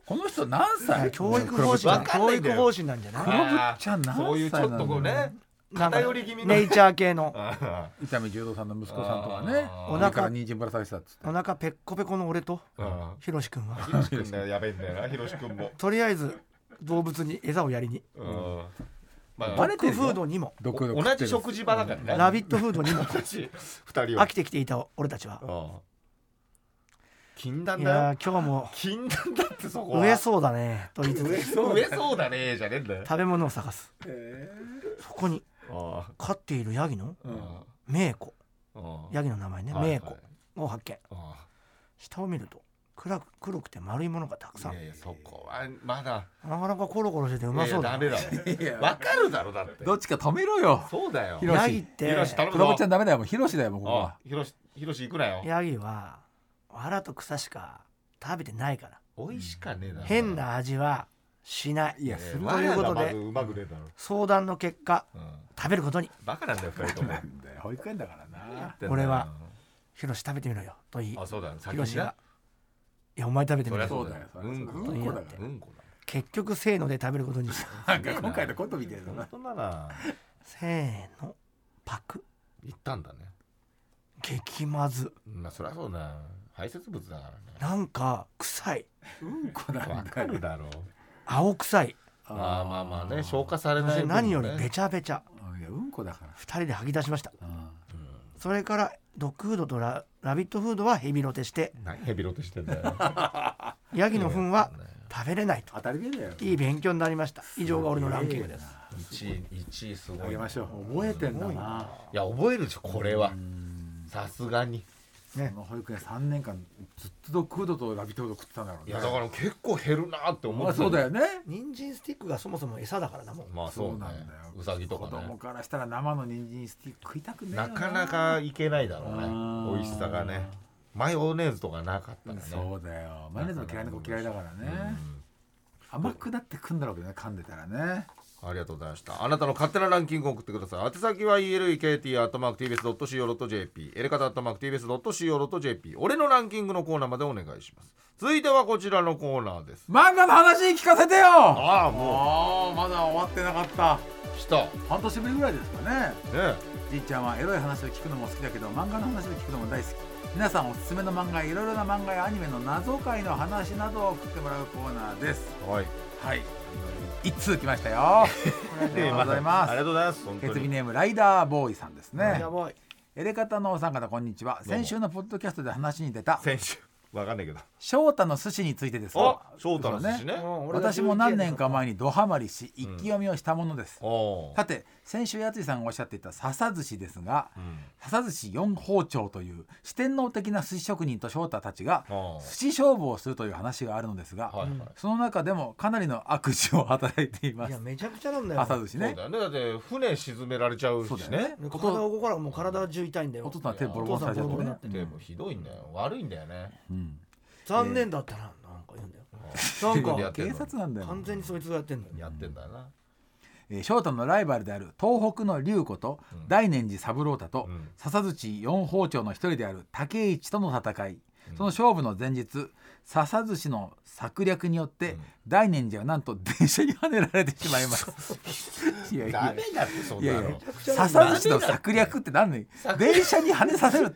[SPEAKER 4] この人何
[SPEAKER 3] いや
[SPEAKER 4] 歳
[SPEAKER 3] 教育方
[SPEAKER 2] わ
[SPEAKER 3] 針だ
[SPEAKER 2] かんな
[SPEAKER 3] 教
[SPEAKER 2] いんだ
[SPEAKER 3] 育
[SPEAKER 2] よ
[SPEAKER 3] 方針なんじゃない
[SPEAKER 4] 黒ぶっちゃん何歳なの
[SPEAKER 2] そういうちょっとこうね
[SPEAKER 3] なんか
[SPEAKER 2] 偏り気味の
[SPEAKER 3] ネイチャー系の
[SPEAKER 2] あ
[SPEAKER 4] 伊丹十三さんの息子さんとかね
[SPEAKER 2] あ
[SPEAKER 3] ー
[SPEAKER 4] お腹から人参ぶら下げてたっつって
[SPEAKER 3] お腹ペッコペコの俺と
[SPEAKER 2] あ
[SPEAKER 3] ひろし君は
[SPEAKER 2] ひろし君がやべえんだよなひろし君も
[SPEAKER 3] とりあえず動物に餌をやりに
[SPEAKER 2] うんま
[SPEAKER 3] バ
[SPEAKER 2] あ
[SPEAKER 3] レてフードにも
[SPEAKER 4] 毒々食って
[SPEAKER 2] 同
[SPEAKER 4] る
[SPEAKER 2] じ食事場だからね
[SPEAKER 3] ラビットフードにも
[SPEAKER 2] 同じ二人
[SPEAKER 3] 飽
[SPEAKER 2] は
[SPEAKER 3] きてきていた俺たちは
[SPEAKER 2] うん禁断
[SPEAKER 3] い
[SPEAKER 2] だ
[SPEAKER 3] や
[SPEAKER 2] よ
[SPEAKER 3] ー今日も
[SPEAKER 2] 禁断だってそこは
[SPEAKER 3] 植えそうだねと言いつ
[SPEAKER 2] 植え
[SPEAKER 3] つ
[SPEAKER 2] そう植えそうだねじゃねえんだよ
[SPEAKER 3] 食べ物を探すそこに
[SPEAKER 2] あ
[SPEAKER 3] 飼っているヤギの
[SPEAKER 2] あ
[SPEAKER 3] メーコ
[SPEAKER 2] ああ
[SPEAKER 3] ヤギの名前ね
[SPEAKER 2] はい
[SPEAKER 3] メーコを発見
[SPEAKER 2] ああ
[SPEAKER 3] 下を見ると暗く黒くて丸いものがたくさん
[SPEAKER 2] いやいやそこはまだ
[SPEAKER 3] なかなかコロコロしててうまそうだ
[SPEAKER 2] いやい
[SPEAKER 3] な
[SPEAKER 2] やダメだ わわかるだろだって
[SPEAKER 4] どっちか止めろよ
[SPEAKER 2] そうだよ
[SPEAKER 4] ひろ
[SPEAKER 3] ヤギって
[SPEAKER 2] ひろし頼む
[SPEAKER 4] 黒ぶっちゃ
[SPEAKER 2] ぞ
[SPEAKER 4] んダメだよもうヒロシだよもうここ
[SPEAKER 2] あ
[SPEAKER 4] は
[SPEAKER 2] ひろしひろし行くなよ
[SPEAKER 3] ヤギは藁と草しか食べてないから
[SPEAKER 2] 美味しかねえな
[SPEAKER 3] 変な味はしない
[SPEAKER 4] いや
[SPEAKER 2] え
[SPEAKER 4] す
[SPEAKER 2] ー
[SPEAKER 4] る
[SPEAKER 2] わ
[SPEAKER 3] ということで
[SPEAKER 2] まずうまくねえだろ
[SPEAKER 3] 相談の結果
[SPEAKER 2] うん
[SPEAKER 3] 食べることに
[SPEAKER 2] バカなんだよ二人とも
[SPEAKER 4] んだよ 保育園だからな
[SPEAKER 3] 俺は「ヒロシ食べてみろよ」と言い
[SPEAKER 2] あそうだよ
[SPEAKER 3] ヒ
[SPEAKER 2] 先
[SPEAKER 3] ロ
[SPEAKER 2] に
[SPEAKER 3] シ
[SPEAKER 2] な
[SPEAKER 3] が「いやお前食べて
[SPEAKER 2] そ
[SPEAKER 3] み
[SPEAKER 2] り
[SPEAKER 3] ろ
[SPEAKER 2] ゃ
[SPEAKER 3] よ
[SPEAKER 2] そうだよ
[SPEAKER 4] そうだよ
[SPEAKER 2] うんこだ
[SPEAKER 4] うん
[SPEAKER 3] こ
[SPEAKER 2] よ
[SPEAKER 3] だ
[SPEAKER 4] から
[SPEAKER 2] うんこだよ」
[SPEAKER 3] 結局せーので食べることにした
[SPEAKER 4] なんか今回のことみたいだな
[SPEAKER 2] 本当なら
[SPEAKER 3] せーのパク
[SPEAKER 2] 行ったんだね
[SPEAKER 3] 激まず
[SPEAKER 2] まあそりゃそうだ排泄物だからね
[SPEAKER 3] なんか臭い
[SPEAKER 4] うんこだ
[SPEAKER 2] わかるだろう
[SPEAKER 3] 青臭い
[SPEAKER 2] まあまあまあね消化され
[SPEAKER 3] そ
[SPEAKER 2] な
[SPEAKER 3] し
[SPEAKER 2] い
[SPEAKER 3] て
[SPEAKER 2] 分ね
[SPEAKER 3] 何よりべちゃべちゃ
[SPEAKER 4] いやうんこだから
[SPEAKER 3] 2人で吐き出しました
[SPEAKER 4] うん
[SPEAKER 3] それからドッグフードとララビットフードはヘビロテして
[SPEAKER 2] 何ヘビロテしてんだよ
[SPEAKER 3] ヤギの糞は食べれないと
[SPEAKER 4] 当たり前だよ
[SPEAKER 3] いい勉強になりました以上が俺のランキングです
[SPEAKER 2] 1位1位すご
[SPEAKER 4] あ
[SPEAKER 2] い
[SPEAKER 4] げ
[SPEAKER 2] な
[SPEAKER 4] ま
[SPEAKER 2] い
[SPEAKER 4] しょう覚えてんだな
[SPEAKER 2] や覚えるでしょこれはさすがに
[SPEAKER 3] ね
[SPEAKER 4] この保育園3年間ずっとドッグフードとラビットフード食ってたんだろう
[SPEAKER 2] い
[SPEAKER 4] ね
[SPEAKER 2] やだから結構減るなって思っ
[SPEAKER 4] まあ
[SPEAKER 2] てた
[SPEAKER 4] そうだよね
[SPEAKER 3] 人参スティックがそもそも餌だからなもん
[SPEAKER 2] まあそうねうさぎとか
[SPEAKER 4] 子供
[SPEAKER 2] ね
[SPEAKER 4] からしたら生の人参スティック食いたくねえ
[SPEAKER 2] な
[SPEAKER 4] よ
[SPEAKER 2] かなかいけないだろ
[SPEAKER 4] あ
[SPEAKER 2] う
[SPEAKER 4] ー
[SPEAKER 2] ね美味しさがねマヨネーズとかなかったらね
[SPEAKER 4] そうだよマヨネーズも嫌いな子嫌いだから
[SPEAKER 2] う
[SPEAKER 4] ね
[SPEAKER 2] ん
[SPEAKER 4] 甘くなってくんだろうけどね噛んでたらね
[SPEAKER 2] ありがとうございましたあなたの勝手なランキングを送ってください宛先は elekt.tbs.co.jp エレカタ .tbs.co.jp 俺のランキングのコーナーまでお願いします続いてはこちらのコーナーです
[SPEAKER 4] 漫画の話聞かせてよあ
[SPEAKER 2] ああも
[SPEAKER 4] あまだ終わってなかった
[SPEAKER 2] う来たね
[SPEAKER 4] 半年ぶりぐらいですかね
[SPEAKER 2] え
[SPEAKER 4] じいちゃんはエロい話を聞くのも好きだけど漫画の話を聞くのも大好き皆さんおすすめの漫画いろいろな漫画やアニメの謎解の話などを送ってもらうコーナーです
[SPEAKER 2] はい
[SPEAKER 4] はい一通来ましたよありがとうございま
[SPEAKER 2] ありが
[SPEAKER 4] す
[SPEAKER 2] とうございます本当
[SPEAKER 4] 決
[SPEAKER 2] に
[SPEAKER 4] 意ネームライダーボーイさんですね
[SPEAKER 3] やばい
[SPEAKER 4] エレカタのお三方こんにちは
[SPEAKER 2] うも
[SPEAKER 4] 先週のポッドキャストで話に出た
[SPEAKER 2] 先週わかんないけど
[SPEAKER 4] 翔太の寿司についてです
[SPEAKER 2] あ翔太の寿
[SPEAKER 4] そ
[SPEAKER 2] 司
[SPEAKER 4] う
[SPEAKER 2] ね
[SPEAKER 4] だ
[SPEAKER 3] うん俺が
[SPEAKER 4] 私も何年か前にドハマりし一気読みをしたものです、
[SPEAKER 2] お
[SPEAKER 4] さて先週やついさんがおっしゃっていた笹寿司ですが、笹寿司四包丁という四天王的な寿司職人と翔太たちが
[SPEAKER 2] ああ
[SPEAKER 4] 寿司勝負をするという話があるのですが、
[SPEAKER 2] はいはい
[SPEAKER 4] その中でもかなりの悪事を働いていま
[SPEAKER 3] いや
[SPEAKER 4] す
[SPEAKER 3] めちゃくちゃなんだよ
[SPEAKER 4] 朝寿司
[SPEAKER 2] そう
[SPEAKER 4] ね
[SPEAKER 2] だよねだって船沈められちゃうし
[SPEAKER 4] そうだよ
[SPEAKER 2] ね
[SPEAKER 4] ね
[SPEAKER 3] 体を動からもう体中痛いんだ
[SPEAKER 4] お
[SPEAKER 3] よ
[SPEAKER 4] 父さん手ボロボロされちゃって
[SPEAKER 3] お父さんボロボロに
[SPEAKER 4] ね
[SPEAKER 3] なって
[SPEAKER 2] でもひどいんだよ悪いんだよね
[SPEAKER 4] うん
[SPEAKER 3] 残念だったななんか言うんだよなん
[SPEAKER 2] いや
[SPEAKER 3] か
[SPEAKER 2] ってんの
[SPEAKER 4] 警察なんだよ
[SPEAKER 3] 完全にそいつがやってんだよ
[SPEAKER 2] やってんだよな
[SPEAKER 4] えー翔太のライバルである東北の龍子と大念寺三郎太と
[SPEAKER 2] うん
[SPEAKER 4] 笹槌四包丁の一人である竹市との戦いその勝負の前日笹寿司の策略によって大念寺はなんと電車にはねられてしまいます いやい
[SPEAKER 2] ダ
[SPEAKER 4] や
[SPEAKER 2] メだってそん
[SPEAKER 4] いや
[SPEAKER 2] ない
[SPEAKER 4] や
[SPEAKER 2] の
[SPEAKER 4] 笹寿司の策略って何ね電車に跳ね させる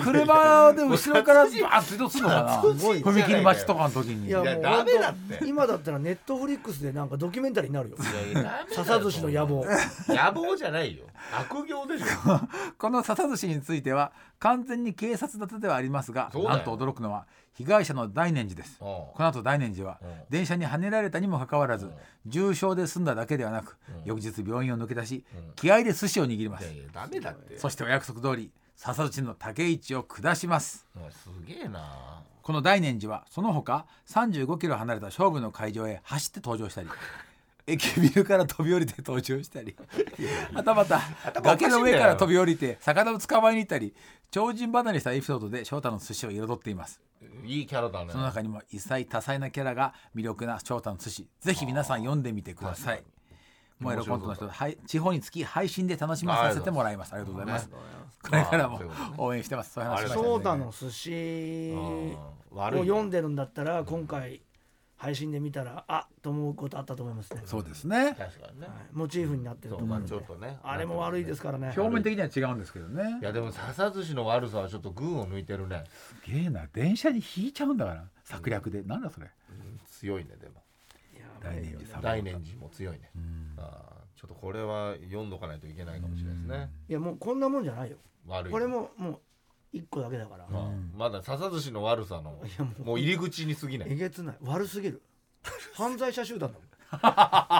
[SPEAKER 4] 車で後ろからバーン追突するのかな
[SPEAKER 2] 殺人じゃない
[SPEAKER 4] 踏切待ちとかの時に
[SPEAKER 3] いや
[SPEAKER 2] いや
[SPEAKER 3] もう
[SPEAKER 2] ダメだって
[SPEAKER 3] 本当今だったらネットフリックスでなんかドキュメンタリーになるよ笹寿司の野望
[SPEAKER 2] 野望じゃないよ悪行でしょ
[SPEAKER 4] この笹寿司については完全に警察立てではありますが
[SPEAKER 2] そうだよ
[SPEAKER 4] なんと驚くのは被害者の大念寺です
[SPEAKER 2] おう
[SPEAKER 4] この後大念寺は
[SPEAKER 2] うん
[SPEAKER 4] 電車にはねられたにもかかわらず
[SPEAKER 2] ん
[SPEAKER 4] 重傷で済んだだけではなく
[SPEAKER 2] うん
[SPEAKER 4] 翌日病院を抜け出し
[SPEAKER 2] うん
[SPEAKER 4] 気合で寿司を握りま
[SPEAKER 2] いや
[SPEAKER 4] す
[SPEAKER 2] いやダメだって
[SPEAKER 4] そしてお約束通り笹寿司の竹市を下します
[SPEAKER 2] おいすげえな
[SPEAKER 4] この大念寺はその他35キロ離れた勝負の会場へ走って登場したり 駅ビルから飛び降りて登場したりはたまた
[SPEAKER 2] 頭おかしいんだよ
[SPEAKER 4] 崖の上から飛び降りて魚を捕まえに行ったり超人離れしたエピソードで翔太の寿司を彩っています
[SPEAKER 2] いいキャラだ
[SPEAKER 4] その
[SPEAKER 2] ね
[SPEAKER 4] 中にも異彩多彩なキャラが魅力な翔太の寿司ぜひ皆さん読んでみてくださいもうエロコントの人はい地方につき配信で楽しませてもらいますありがとうございますこれからも
[SPEAKER 2] そういうことね
[SPEAKER 4] 応援してますそういう話しましたね
[SPEAKER 3] そうだの寿司
[SPEAKER 2] うん
[SPEAKER 3] を
[SPEAKER 2] 悪い
[SPEAKER 3] 読
[SPEAKER 2] よ
[SPEAKER 3] んでるんだったら今回配信で見たらあと思うことあったと思いますね
[SPEAKER 4] そうですね
[SPEAKER 2] 確かにね
[SPEAKER 3] はいモチーフになってると思うんで
[SPEAKER 2] そうまあちょっとね
[SPEAKER 3] あれも悪いですからね
[SPEAKER 4] 表面的には違うんですけどね
[SPEAKER 2] いやでも笹寿司の悪さはちょっと群を抜いてるね
[SPEAKER 4] すげえな電車に引いちゃうんだから策略で、なんだそれ
[SPEAKER 2] 強いねでも
[SPEAKER 3] やばい
[SPEAKER 4] 大念寺さん
[SPEAKER 2] 大念寺も強いねあーちょっとこれは読んどかないといけないかもしれないですね
[SPEAKER 3] いやもうこんなもんじゃないよ
[SPEAKER 2] 悪い
[SPEAKER 3] これももう一個だけだから
[SPEAKER 2] まあまだ笹寿司の悪さの
[SPEAKER 3] やもう
[SPEAKER 2] もう入り口に過ぎな
[SPEAKER 3] え
[SPEAKER 2] い
[SPEAKER 3] げつない悪すぎる犯罪者集団だもん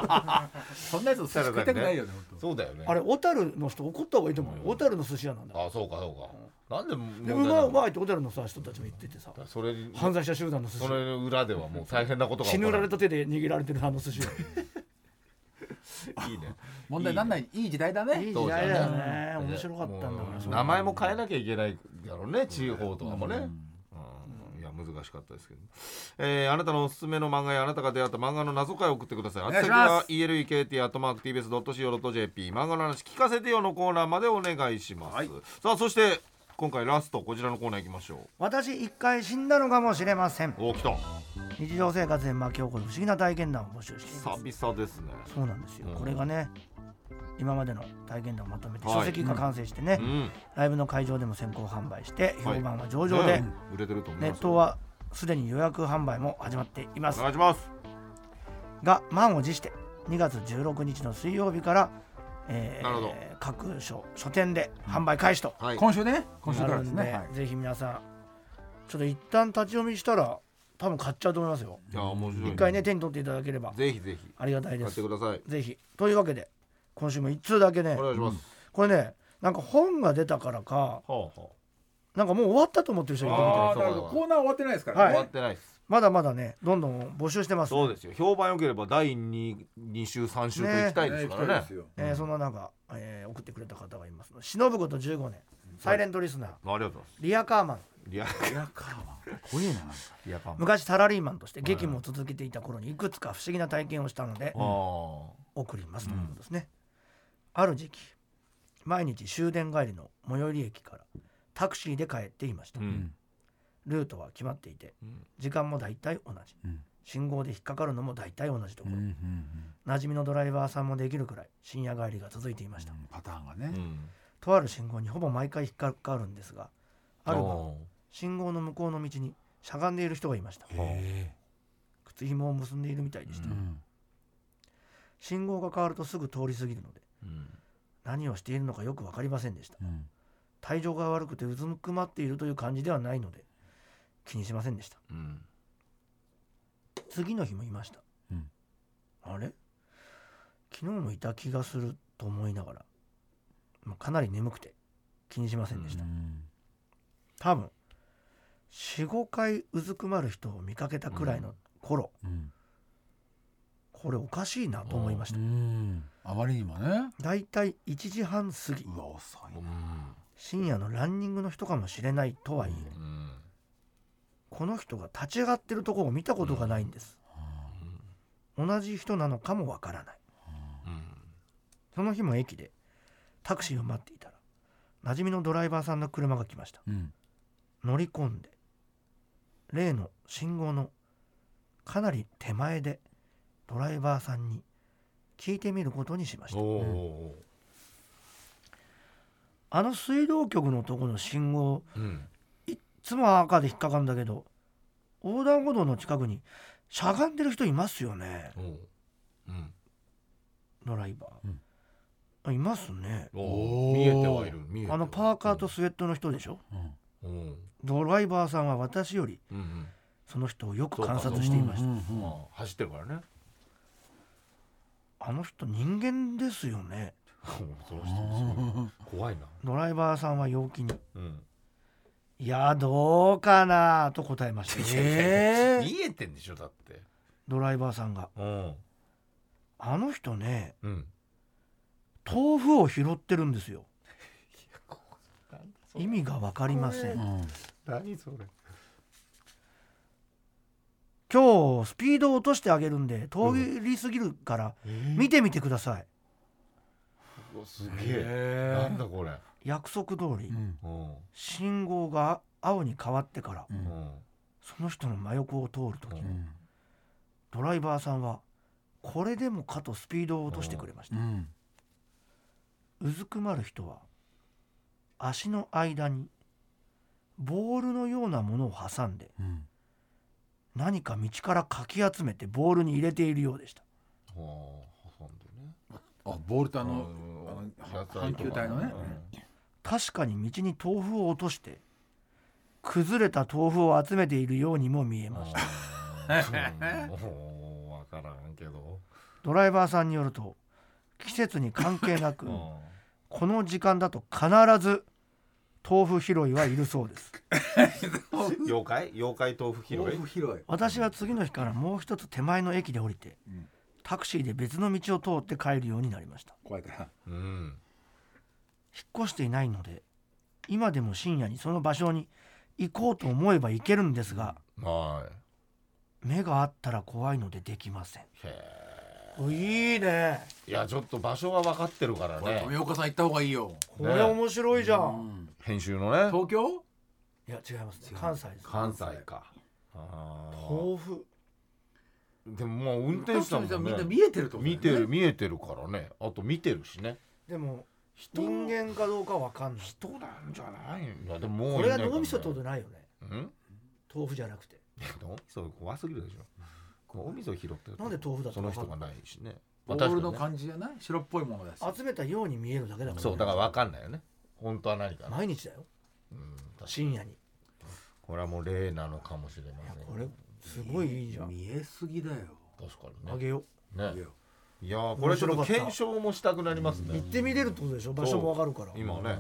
[SPEAKER 4] そんなやつを
[SPEAKER 2] 作りたくないよ
[SPEAKER 4] ね
[SPEAKER 2] そうだよね
[SPEAKER 3] あれ小樽の人怒った方がいいと思うよ
[SPEAKER 2] うん
[SPEAKER 3] 小樽の寿司屋なんだ
[SPEAKER 2] あそうかそうかなんで問
[SPEAKER 3] で
[SPEAKER 2] 題
[SPEAKER 3] う
[SPEAKER 2] な
[SPEAKER 3] ま
[SPEAKER 2] の
[SPEAKER 3] うまいって小樽のさ人たちも言っててさ
[SPEAKER 2] それ
[SPEAKER 3] 犯罪者集団の寿司
[SPEAKER 2] その裏ではもう大変なことが
[SPEAKER 3] 死
[SPEAKER 2] 起
[SPEAKER 3] ぬ
[SPEAKER 2] こ
[SPEAKER 3] ら
[SPEAKER 2] る
[SPEAKER 3] れた手で握られてるあの寿司屋
[SPEAKER 2] いいね
[SPEAKER 4] 問題なんないいい時代だ
[SPEAKER 3] いい
[SPEAKER 4] ね
[SPEAKER 3] 時代だよね
[SPEAKER 2] そう
[SPEAKER 3] 面
[SPEAKER 2] です
[SPEAKER 3] 白かったんだから
[SPEAKER 2] もう名前も変えなきゃいけないだろうね地方とかもね、
[SPEAKER 4] うん
[SPEAKER 2] うんいや難しかったですけど、えーあなたのおすすめの漫画やあなたが出会った漫画の謎解を送ってください
[SPEAKER 4] 願いし
[SPEAKER 2] は
[SPEAKER 4] ます
[SPEAKER 2] elekt.tbs.co.jp 漫画の話聞かせてよのコーナーまでお願いします、さあそして今回ラストこちらのコーナー行きましょ
[SPEAKER 3] 私一回死んだのかもしれません
[SPEAKER 2] うおお来た
[SPEAKER 3] 日常生活で巻き起こる不思議な体験談を募集しています
[SPEAKER 2] 久々ですね
[SPEAKER 3] そうなんですよ、
[SPEAKER 2] うん
[SPEAKER 3] これがね今までの体験談をまとめて
[SPEAKER 2] はい
[SPEAKER 3] 書籍が完成してね、
[SPEAKER 2] うん
[SPEAKER 3] ライブの会場でも先行販売して評
[SPEAKER 2] はい
[SPEAKER 3] 判は上々で、
[SPEAKER 2] ね売れてると思います
[SPEAKER 3] ネ
[SPEAKER 2] よ
[SPEAKER 3] ットはすでに予約販売も始まっていま
[SPEAKER 2] お
[SPEAKER 3] す
[SPEAKER 2] 願いします
[SPEAKER 3] が満を持して2月16日の水曜日から、え
[SPEAKER 2] なるほど
[SPEAKER 3] ー、各所書店で販売開始と
[SPEAKER 2] はい
[SPEAKER 4] 今週ね今週
[SPEAKER 3] な
[SPEAKER 4] から
[SPEAKER 3] る
[SPEAKER 4] です
[SPEAKER 3] ん
[SPEAKER 4] ね
[SPEAKER 3] で、
[SPEAKER 4] はい
[SPEAKER 3] ぜひ皆さんちょっと一旦立ち読みしたら多分買っちゃうと思いますよ
[SPEAKER 2] いや面白い
[SPEAKER 3] 一回ね手に取っていただければ
[SPEAKER 2] ぜひぜひ
[SPEAKER 3] ありがたいで
[SPEAKER 2] 買っ
[SPEAKER 3] す
[SPEAKER 2] てください
[SPEAKER 3] ぜひというわけで今週も1通だけね
[SPEAKER 2] お願いします
[SPEAKER 3] これねなんか本が出たからか
[SPEAKER 2] はあは
[SPEAKER 3] なんかもう終わったと思ってる人がいるみたい
[SPEAKER 4] あ
[SPEAKER 2] あ
[SPEAKER 4] あ
[SPEAKER 2] ー
[SPEAKER 4] なるほどコーナー終わってないですか
[SPEAKER 2] あ
[SPEAKER 4] ら
[SPEAKER 2] 終
[SPEAKER 4] ね、
[SPEAKER 2] わってないです
[SPEAKER 3] まだまだねどんどん募集してます、
[SPEAKER 2] そうですよ評判良ければ第二二週三週と行きたいですか
[SPEAKER 4] ね行
[SPEAKER 2] ら
[SPEAKER 4] きた
[SPEAKER 2] ね
[SPEAKER 4] いですよ
[SPEAKER 3] えーそんな中、えー送ってくれた方がいますので忍ぶこと15年サイレントリスナー、
[SPEAKER 2] ありがとうございます
[SPEAKER 3] リアカーマン
[SPEAKER 2] リア
[SPEAKER 4] いやか怖えななんか
[SPEAKER 2] リアカン
[SPEAKER 3] 昔サラリーマンとして激務を続けていた頃にいくつか不思議な体験をしたので
[SPEAKER 2] あー
[SPEAKER 3] 送りますということですね、ある時期毎日終電帰りの最寄り駅からタクシーで帰っていました、
[SPEAKER 2] う
[SPEAKER 4] うんん
[SPEAKER 3] ルートは決まっていて
[SPEAKER 2] うん
[SPEAKER 3] 時間も大体同じ
[SPEAKER 4] うん
[SPEAKER 3] 信号で引っかかるのも大体同じとこ
[SPEAKER 4] うん
[SPEAKER 3] ろ、
[SPEAKER 4] うん
[SPEAKER 3] 馴染みのドライバーさんもできるくらい深夜帰りが続いていました、
[SPEAKER 4] うんパターンがね、
[SPEAKER 2] うん
[SPEAKER 3] とある信号にほぼ毎回引っかかるんですがある晩
[SPEAKER 2] ー
[SPEAKER 3] 信号の向こうの道にしゃがんでいる人がいました
[SPEAKER 4] へ
[SPEAKER 3] 靴紐を結んでいるみたいでした、
[SPEAKER 4] えうん
[SPEAKER 3] 信号が変わるとすぐ通り過ぎるので
[SPEAKER 2] うん
[SPEAKER 3] 何をしているのかよく分かりませんでした
[SPEAKER 4] うん
[SPEAKER 3] 体調が悪くてうずくまっているという感じではないので気にしませんでした
[SPEAKER 2] うん
[SPEAKER 3] 次の日もいました、
[SPEAKER 4] うん
[SPEAKER 3] あれ昨日もいた気がすると思いながら、まあ、かなり眠くて気にしませんでした、
[SPEAKER 4] うん
[SPEAKER 3] 多分45回うずくまる人を見かけたくらいの頃、
[SPEAKER 4] うん
[SPEAKER 3] これおかしいなと思いまし
[SPEAKER 4] う
[SPEAKER 3] た
[SPEAKER 4] んあまりにもね
[SPEAKER 3] だいたい1時半過ぎ
[SPEAKER 4] うわ遅いな
[SPEAKER 2] うん
[SPEAKER 3] 深夜のランニングの人かもしれないとはいえ、
[SPEAKER 2] うん
[SPEAKER 3] この人が立ち上がってるところを見たことがないんです、同じ人なのかもわからない
[SPEAKER 2] うん
[SPEAKER 3] その日も駅でタクシーを待っていたら馴染みのドライバーさんの車が来ました
[SPEAKER 4] うん
[SPEAKER 3] 乗り込んで例の信号のかなり手前でドライバーさんに聞いてみることにしました
[SPEAKER 2] おー
[SPEAKER 3] あの水道局のとこの信号
[SPEAKER 2] うん
[SPEAKER 3] いっつも赤で引っかかるんだけど横断歩道の近くにしゃがんでる人いますよね
[SPEAKER 2] おーうん
[SPEAKER 3] ドライバー、あいますね
[SPEAKER 2] お
[SPEAKER 4] お
[SPEAKER 2] ー
[SPEAKER 4] ー
[SPEAKER 2] 見えてはいる見えて
[SPEAKER 3] あのパーカーとスウェットの人でしょ
[SPEAKER 4] うん
[SPEAKER 2] うんうん
[SPEAKER 3] ドライバーさんは私より
[SPEAKER 2] うん
[SPEAKER 3] その人をよく観
[SPEAKER 2] そう
[SPEAKER 3] 察
[SPEAKER 2] か
[SPEAKER 3] していました
[SPEAKER 4] うん
[SPEAKER 2] うん
[SPEAKER 4] うん
[SPEAKER 2] まあ走ってるからね
[SPEAKER 3] あの人人間ですよね
[SPEAKER 2] その人すごい怖いな
[SPEAKER 3] ドライバーさんは陽気に
[SPEAKER 2] うん
[SPEAKER 3] 「いやどうかな」と答えました、
[SPEAKER 2] え見えてんでしょだって
[SPEAKER 3] ドライバーさんが
[SPEAKER 2] うん
[SPEAKER 3] 「あの人ね
[SPEAKER 2] うん
[SPEAKER 3] 豆腐を拾ってるんですよ意味が分かりません
[SPEAKER 4] うん
[SPEAKER 2] 何それ
[SPEAKER 3] 今日スピードを落としてあげるんで通り過ぎるから見てみてください」
[SPEAKER 2] うわすげえな
[SPEAKER 4] へ
[SPEAKER 2] んだこれ
[SPEAKER 3] 約束通り、
[SPEAKER 4] えうん
[SPEAKER 2] うん
[SPEAKER 3] 信号が青に変わってから
[SPEAKER 4] う
[SPEAKER 2] うんん
[SPEAKER 3] その人の真横を通るとき、
[SPEAKER 2] うん
[SPEAKER 3] ドライバーさんはこれでもかとスピードを落としてくれまし
[SPEAKER 4] う
[SPEAKER 3] た、
[SPEAKER 4] ん
[SPEAKER 3] うずくまる人は足の間にボールのようなものを挟んで
[SPEAKER 4] うん
[SPEAKER 3] 何か道からかき集めてボールに入れているようでした
[SPEAKER 2] あー挟んでね
[SPEAKER 4] あボールとあ
[SPEAKER 2] あ
[SPEAKER 4] のあのは阪急隊のね
[SPEAKER 3] 確かに道に豆腐を落として崩れた豆腐を集めているようにも見えました
[SPEAKER 2] もう分からんけど
[SPEAKER 3] ドライバーさんによると季節に関係なく
[SPEAKER 2] うん
[SPEAKER 3] この時間だと必ず豆腐拾いはいるそうです
[SPEAKER 2] 妖怪妖怪豆腐拾
[SPEAKER 4] 広
[SPEAKER 2] い
[SPEAKER 4] い広い
[SPEAKER 3] 私は次の日からもう一つ手前の駅で降りて
[SPEAKER 4] うん
[SPEAKER 3] タクシーで別の道を通って帰るようになりました
[SPEAKER 4] 怖いから
[SPEAKER 2] うん
[SPEAKER 3] 引っ越していないので今でも深夜にその場所に行こうと思えば行けるんですが
[SPEAKER 2] は
[SPEAKER 3] 目があったら怖いのでできません
[SPEAKER 2] いへ
[SPEAKER 3] いいね
[SPEAKER 2] えいやちょっと場所は分かってるから
[SPEAKER 4] これ
[SPEAKER 2] ね
[SPEAKER 4] 富岡さん行った方がいいよ
[SPEAKER 3] これ面白いじゃ、
[SPEAKER 4] うんん
[SPEAKER 2] 編集のね
[SPEAKER 4] 東京
[SPEAKER 3] いや違いますね関西です
[SPEAKER 2] 関西かあー
[SPEAKER 3] 豆腐
[SPEAKER 2] でもまあ運転手さんも、
[SPEAKER 4] みんな
[SPEAKER 2] ね、
[SPEAKER 4] 見えてると思う、
[SPEAKER 2] 見てる見えてるからねあと見てるしね
[SPEAKER 3] でも
[SPEAKER 2] 人
[SPEAKER 3] 人間かどうかわかんない
[SPEAKER 2] 人なんじゃないんだでももう
[SPEAKER 3] これは脳みそって
[SPEAKER 2] と
[SPEAKER 3] ことないよね
[SPEAKER 2] うん
[SPEAKER 3] 豆腐じゃなくて
[SPEAKER 2] 脳みそ怖すぎるでしょこう脳みそ拾ってると
[SPEAKER 3] なんで豆腐だと
[SPEAKER 2] その人が
[SPEAKER 3] わかんない
[SPEAKER 2] ないしね
[SPEAKER 4] ボールの感じじゃない白っぽいものだし
[SPEAKER 3] 集めたように見えるだけだからね、
[SPEAKER 2] そうだから分かんないよね本当は何かな、
[SPEAKER 3] 毎日だよ
[SPEAKER 2] うん、確かに
[SPEAKER 3] 深夜にい
[SPEAKER 2] これはもう例なのかもしれま
[SPEAKER 3] や
[SPEAKER 2] せん
[SPEAKER 3] これすごいいいじゃん
[SPEAKER 4] 見えすぎだよ
[SPEAKER 2] 確か
[SPEAKER 3] あ
[SPEAKER 2] にね
[SPEAKER 3] げよ
[SPEAKER 2] ねいやーこれちょっと検証もしたくなります
[SPEAKER 3] う行
[SPEAKER 2] ね
[SPEAKER 3] ってみれるってことでしょ場所もわかるから
[SPEAKER 2] 今ね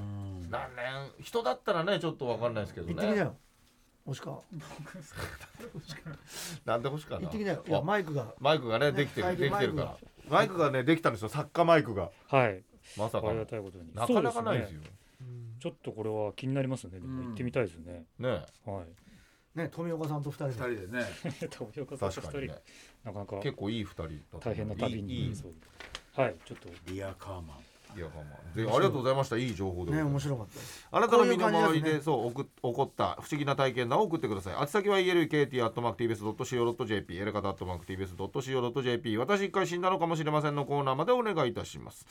[SPEAKER 2] 何年人だったらねちょっと分かんないですけど
[SPEAKER 3] 行ってきな
[SPEAKER 2] ね
[SPEAKER 3] よもしか
[SPEAKER 2] なんで欲しかな
[SPEAKER 3] 行ってきなよいや
[SPEAKER 2] あ
[SPEAKER 3] マイクが
[SPEAKER 2] マイクがねできて
[SPEAKER 3] 最
[SPEAKER 2] る
[SPEAKER 3] 近
[SPEAKER 2] できてるからマイクがねできたんですよ作家マイクが
[SPEAKER 5] はい、
[SPEAKER 2] まさか
[SPEAKER 5] あり
[SPEAKER 2] の
[SPEAKER 5] がたいことに。
[SPEAKER 2] なかなかないです
[SPEAKER 5] そう
[SPEAKER 2] よ
[SPEAKER 3] うん
[SPEAKER 5] ねちょっとこれは気になりますね。でも
[SPEAKER 4] うん
[SPEAKER 5] 行ってみたいですね。
[SPEAKER 2] ね
[SPEAKER 5] はい。
[SPEAKER 3] ね富岡さんと二人
[SPEAKER 4] 二
[SPEAKER 3] で
[SPEAKER 4] 人でね
[SPEAKER 5] 富岡さんと
[SPEAKER 2] 確
[SPEAKER 5] 二
[SPEAKER 2] かにね、
[SPEAKER 5] 人なかなか
[SPEAKER 2] 結構いい二人だった
[SPEAKER 5] 大変な旅
[SPEAKER 2] いいい
[SPEAKER 5] に
[SPEAKER 2] い
[SPEAKER 5] なりそうで。はい、ちょっと
[SPEAKER 4] リアカーマン
[SPEAKER 2] いやまあまあでありがとうございましたいい情報でござ
[SPEAKER 3] ね
[SPEAKER 2] います
[SPEAKER 3] 面白かったです
[SPEAKER 2] あなたの身
[SPEAKER 3] こうい
[SPEAKER 2] の
[SPEAKER 3] う感
[SPEAKER 2] 回
[SPEAKER 3] じ
[SPEAKER 2] り
[SPEAKER 3] ですね
[SPEAKER 2] でそうおく起こった不思議な体験談を送ってください。宛先は elkt.mactvs.co.jp、エレカタ .mactvs.co.jp、私一回死んだのかもしれませんのコーナーまでお願いいたします。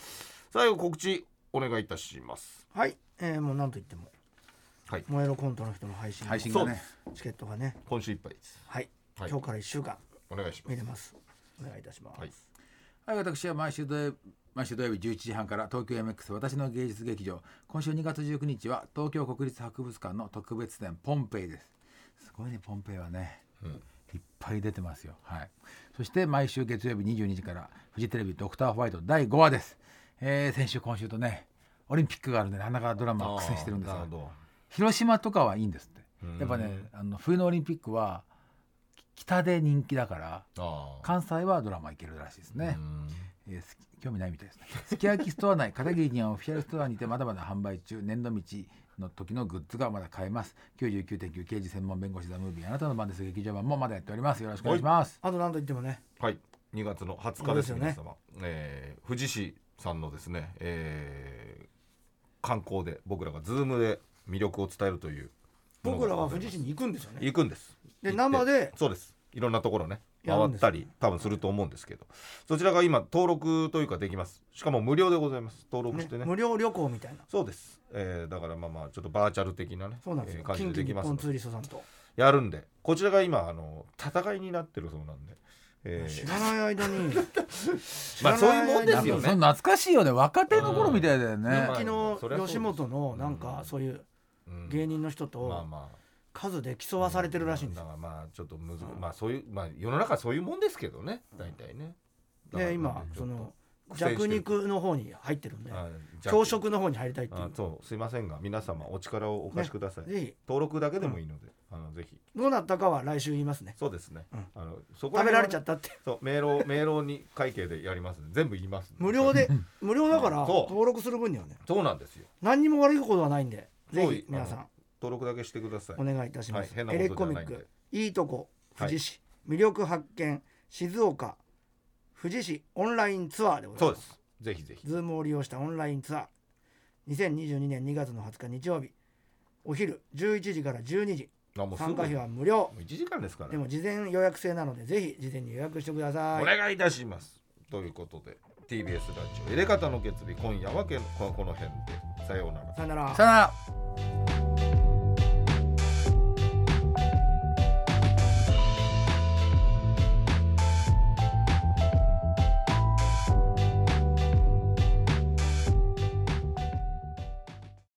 [SPEAKER 2] 最後告知お願いいたします。
[SPEAKER 3] はい、えー、もう何と言っても、
[SPEAKER 2] はい
[SPEAKER 3] 燃えろコントの人の配信
[SPEAKER 4] 配信がね
[SPEAKER 3] チケットがね、
[SPEAKER 2] 今週いっぱいです。
[SPEAKER 3] はい、
[SPEAKER 2] はい
[SPEAKER 3] 今日から一週間
[SPEAKER 2] お願いしま
[SPEAKER 3] 見
[SPEAKER 2] す。
[SPEAKER 3] れます。お願いいたします。
[SPEAKER 2] はい
[SPEAKER 4] はい、私は毎週土曜毎週土曜日11時半から東京 MX 私の芸術劇場今週2月19日は東京国立博物館の特別展ポンペイですすごいねポンペイはね、いっぱい出てますよはいそして毎週月曜日22時からフジテレビドクターホワイト第5話です、えー先週今週とねオリンピックがあるんでなかなかドラマは苦戦してるんです
[SPEAKER 2] あーな
[SPEAKER 4] が
[SPEAKER 2] るほど
[SPEAKER 4] 広島とかはいいんですって
[SPEAKER 2] うん
[SPEAKER 4] やっぱねあの冬のオリンピックは北で人気だから
[SPEAKER 2] あー
[SPEAKER 4] 関西はドラマいけるらしいですね、
[SPEAKER 2] うん
[SPEAKER 4] えーすき興味ないみたいですね。すき焼きストア内、片桐にはオフィシャルストアにてまだまだ販売中、年度道の時のグッズがまだ買えます。99.9刑事専門弁護士ザムービー、あなたの番です劇場版もまだやっております。よろしくお願いします。
[SPEAKER 3] あと何と言ってもね、
[SPEAKER 2] はい、2月の20日です
[SPEAKER 3] そうで
[SPEAKER 2] 皆
[SPEAKER 3] すよ
[SPEAKER 2] 様、えー富士市さんのですね、えー観光で僕らがズームで魅力を伝えるという
[SPEAKER 3] 僕らは富
[SPEAKER 2] 士
[SPEAKER 3] 士市に行くんですよね。
[SPEAKER 2] 行くんです行
[SPEAKER 3] で
[SPEAKER 2] って
[SPEAKER 3] 生で
[SPEAKER 2] そうですいろんなところね
[SPEAKER 3] やる
[SPEAKER 2] 回
[SPEAKER 3] んで
[SPEAKER 2] っ
[SPEAKER 3] す
[SPEAKER 2] たり多分すると思うんですけどそちらが今登録というかできますしかも無料でございます登録
[SPEAKER 3] ね
[SPEAKER 2] してね
[SPEAKER 3] 無料旅行みたいな。
[SPEAKER 2] そうです、えーだからまあまあちょっとバーチャル的なね
[SPEAKER 3] そうなんです
[SPEAKER 2] え
[SPEAKER 3] よ
[SPEAKER 2] ー。感じ
[SPEAKER 3] 近
[SPEAKER 2] でで
[SPEAKER 3] 畿日
[SPEAKER 2] きますの
[SPEAKER 3] 本
[SPEAKER 2] で
[SPEAKER 3] ツーリストさんと。
[SPEAKER 2] やるんでこちらが今あの戦いになってるそうなんで、えー
[SPEAKER 3] 知らない間に。知
[SPEAKER 2] まあ
[SPEAKER 3] ら
[SPEAKER 2] そういうもんです
[SPEAKER 3] 間に
[SPEAKER 2] よね
[SPEAKER 4] その懐かしいよね。若手の頃みたいだよね
[SPEAKER 2] う。ん
[SPEAKER 3] 人気
[SPEAKER 2] そりゃそうです
[SPEAKER 3] の吉本のなんか
[SPEAKER 2] うん
[SPEAKER 3] そういう
[SPEAKER 2] うん
[SPEAKER 3] 芸人の
[SPEAKER 2] ま
[SPEAKER 3] 人
[SPEAKER 2] あ
[SPEAKER 3] と
[SPEAKER 2] まあ
[SPEAKER 3] 数で競わされてるらしいんです
[SPEAKER 2] だ
[SPEAKER 3] よ。
[SPEAKER 2] からまあちょっとむず、まあそういうまあ世の中そういうもんですけどね大体ねだから
[SPEAKER 3] で今
[SPEAKER 2] ちょ
[SPEAKER 3] そ
[SPEAKER 2] っと
[SPEAKER 3] の
[SPEAKER 2] 苦戦してる
[SPEAKER 3] 弱肉の方に入ってるんで、
[SPEAKER 2] あじゃあ
[SPEAKER 3] 教職の方に入りたいってい
[SPEAKER 2] あ
[SPEAKER 3] う。
[SPEAKER 2] そうすいませんが皆様お力をお貸しください、
[SPEAKER 3] ぜひ
[SPEAKER 2] 登録だけでもいいので、あのぜひ
[SPEAKER 3] どうなったかは来週言いますね。
[SPEAKER 2] そうですね、
[SPEAKER 3] うん
[SPEAKER 2] あのそこ
[SPEAKER 3] 食べられちゃ
[SPEAKER 2] っ
[SPEAKER 3] ったって。
[SPEAKER 2] そう迷路迷路に会計でやりますんで全部言いますん
[SPEAKER 3] 無料で無料だから
[SPEAKER 2] そう
[SPEAKER 3] 登録する分にはね
[SPEAKER 2] そうなんですよ
[SPEAKER 3] 何にも悪いことはないんでぜ
[SPEAKER 2] そう
[SPEAKER 3] ひ皆さ
[SPEAKER 2] あ
[SPEAKER 3] ん
[SPEAKER 2] の登録だけしてください
[SPEAKER 3] お願いいたしま
[SPEAKER 2] は
[SPEAKER 3] す、
[SPEAKER 2] い変な
[SPEAKER 3] エ
[SPEAKER 2] こと
[SPEAKER 3] レ
[SPEAKER 2] じ
[SPEAKER 3] コ
[SPEAKER 2] ゃ
[SPEAKER 3] ミ
[SPEAKER 2] な
[SPEAKER 3] ッ
[SPEAKER 2] いんで
[SPEAKER 3] ク「いいとこ
[SPEAKER 2] はい
[SPEAKER 3] 富士市、魅力発見静岡富士市オンラインツアー」でござい
[SPEAKER 2] そう
[SPEAKER 3] ま
[SPEAKER 2] ですすぜひぜひ
[SPEAKER 3] ズームを利用したオンラインツアー2022年2月の20日日曜日お昼11時から12時
[SPEAKER 2] あもうすぐ
[SPEAKER 3] 参加費
[SPEAKER 2] も
[SPEAKER 3] は無料
[SPEAKER 2] う1時間ですから
[SPEAKER 3] でも事前予約制なのでぜひ事前に予約してくださ
[SPEAKER 2] お
[SPEAKER 3] い
[SPEAKER 2] 願いいたします。ということで TBS ラジオ「エレカタの決日」今夜はけんここの辺でさようなら。
[SPEAKER 3] さよなら
[SPEAKER 4] さよなら。